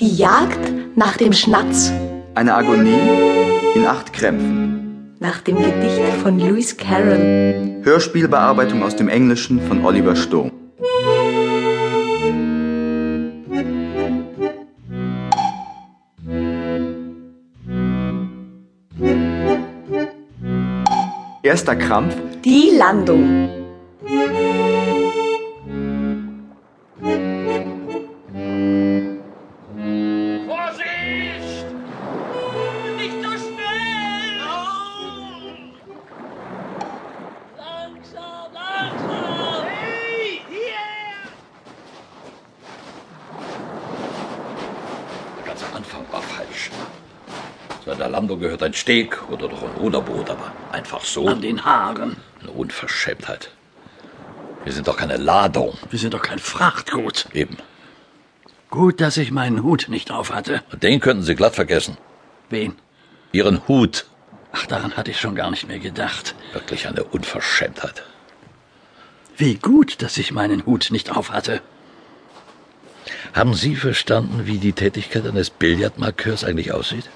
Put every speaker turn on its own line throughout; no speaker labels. Die Jagd nach dem Schnatz
Eine Agonie in acht Krämpfen.
nach dem Gedicht von Lewis Carroll.
Hörspielbearbeitung aus dem Englischen von Oliver Sturm. Erster Krampf,
Die Landung.
Vorsicht! Nicht so schnell! Langsam, langsam! Hey, hier!
Der ganze Anfang war falsch. Zu einer Landung gehört ein Steg oder doch ein Ruderboot, aber einfach so.
An den Haaren.
Eine Unverschämtheit. Wir sind doch keine Ladung.
Wir sind doch kein Frachtgut.
Eben.
Gut, dass ich meinen Hut nicht auf hatte.
Und den könnten Sie glatt vergessen.
Wen?
Ihren Hut.
Ach, daran hatte ich schon gar nicht mehr gedacht.
Wirklich eine Unverschämtheit.
Wie gut, dass ich meinen Hut nicht auf hatte.
Haben Sie verstanden, wie die Tätigkeit eines Billardmarkeurs eigentlich aussieht?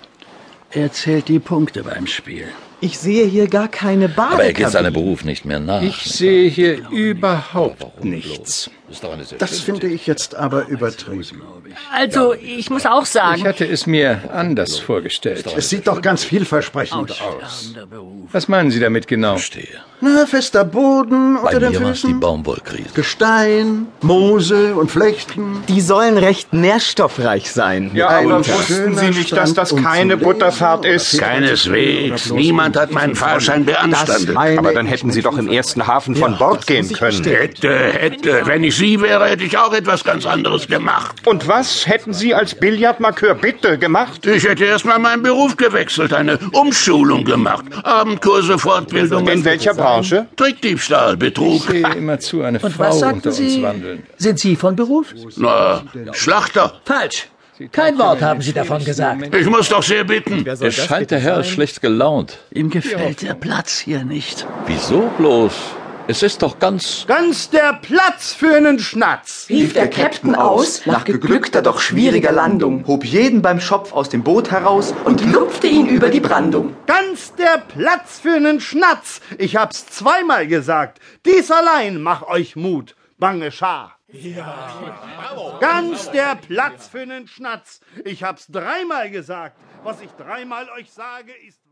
Er zählt die Punkte beim Spiel.
Ich sehe hier gar keine Badekabine.
Aber er geht seinem Beruf nicht mehr nach.
Ich sehe hier überhaupt nichts.
Das, ist doch eine sehr
Das
schöne
finde ich jetzt aber übertrieben.
Also, ich muss auch
Ich
sagen,
hatte es mir anders vorgestellt. Es sieht doch ganz vielversprechend aus.
Der Beruf.
Was meinen Sie damit genau?
Stehe.
Na, fester Boden unter
Bei
den
mir war es die
Füßen.
Baumwollkrise.
Gestein, Moose und Flechten.
Die sollen recht nährstoffreich sein.
Ja,
Ein
aber wussten
schöner
Sie nicht, dass das
Strand und
keine
zum Lesen
Butterfahrt
oder
ist?
Keineswegs. Niemand hat meinen Fahrschein beanstandet.
meine
Aber dann
ich
hätten Sie
mit
doch im
Unfall.
ersten Hafen von
Ja,
Bord
das muss
gehen
ich
können.
verstehen.
Hätte, hätte. Wenn ich Sie wäre, hätte ich auch etwas ganz anderes gemacht.
Und was hätten Sie als Billardmarkeur bitte gemacht?
Ich hätte erstmal meinen Beruf gewechselt, eine Umschulung gemacht. Abendkurse, Fortbildung.
In welcher Branche?
Trickdiebstahl,
Ich
Betrug.
sehe immerzu eine Frau unter uns wandeln.
sind Sie von Beruf?
Na, Schlachter.
Falsch. Kein Wort haben Sie davon gesagt.
Ich muss doch sehr bitten.
Es scheint der Herr ist schlecht gelaunt.
Ihm gefällt der Platz hier nicht.
Wieso bloß? Es ist doch ganz.
Ganz der Platz für einen Schnatz.
Rief der Captain aus nach geglückter, doch schwieriger Landung.
hob jeden beim Schopf aus dem Boot heraus und
Und lupfte ihn über die Brandung.
Ganz der Platz für einen Schnatz. Ich hab's zweimal gesagt. Dies allein mach euch Mut, bange Schar. Ja. Ganz der Platz für einen Schnatz. Ich hab's dreimal gesagt. Was ich dreimal euch sage, ist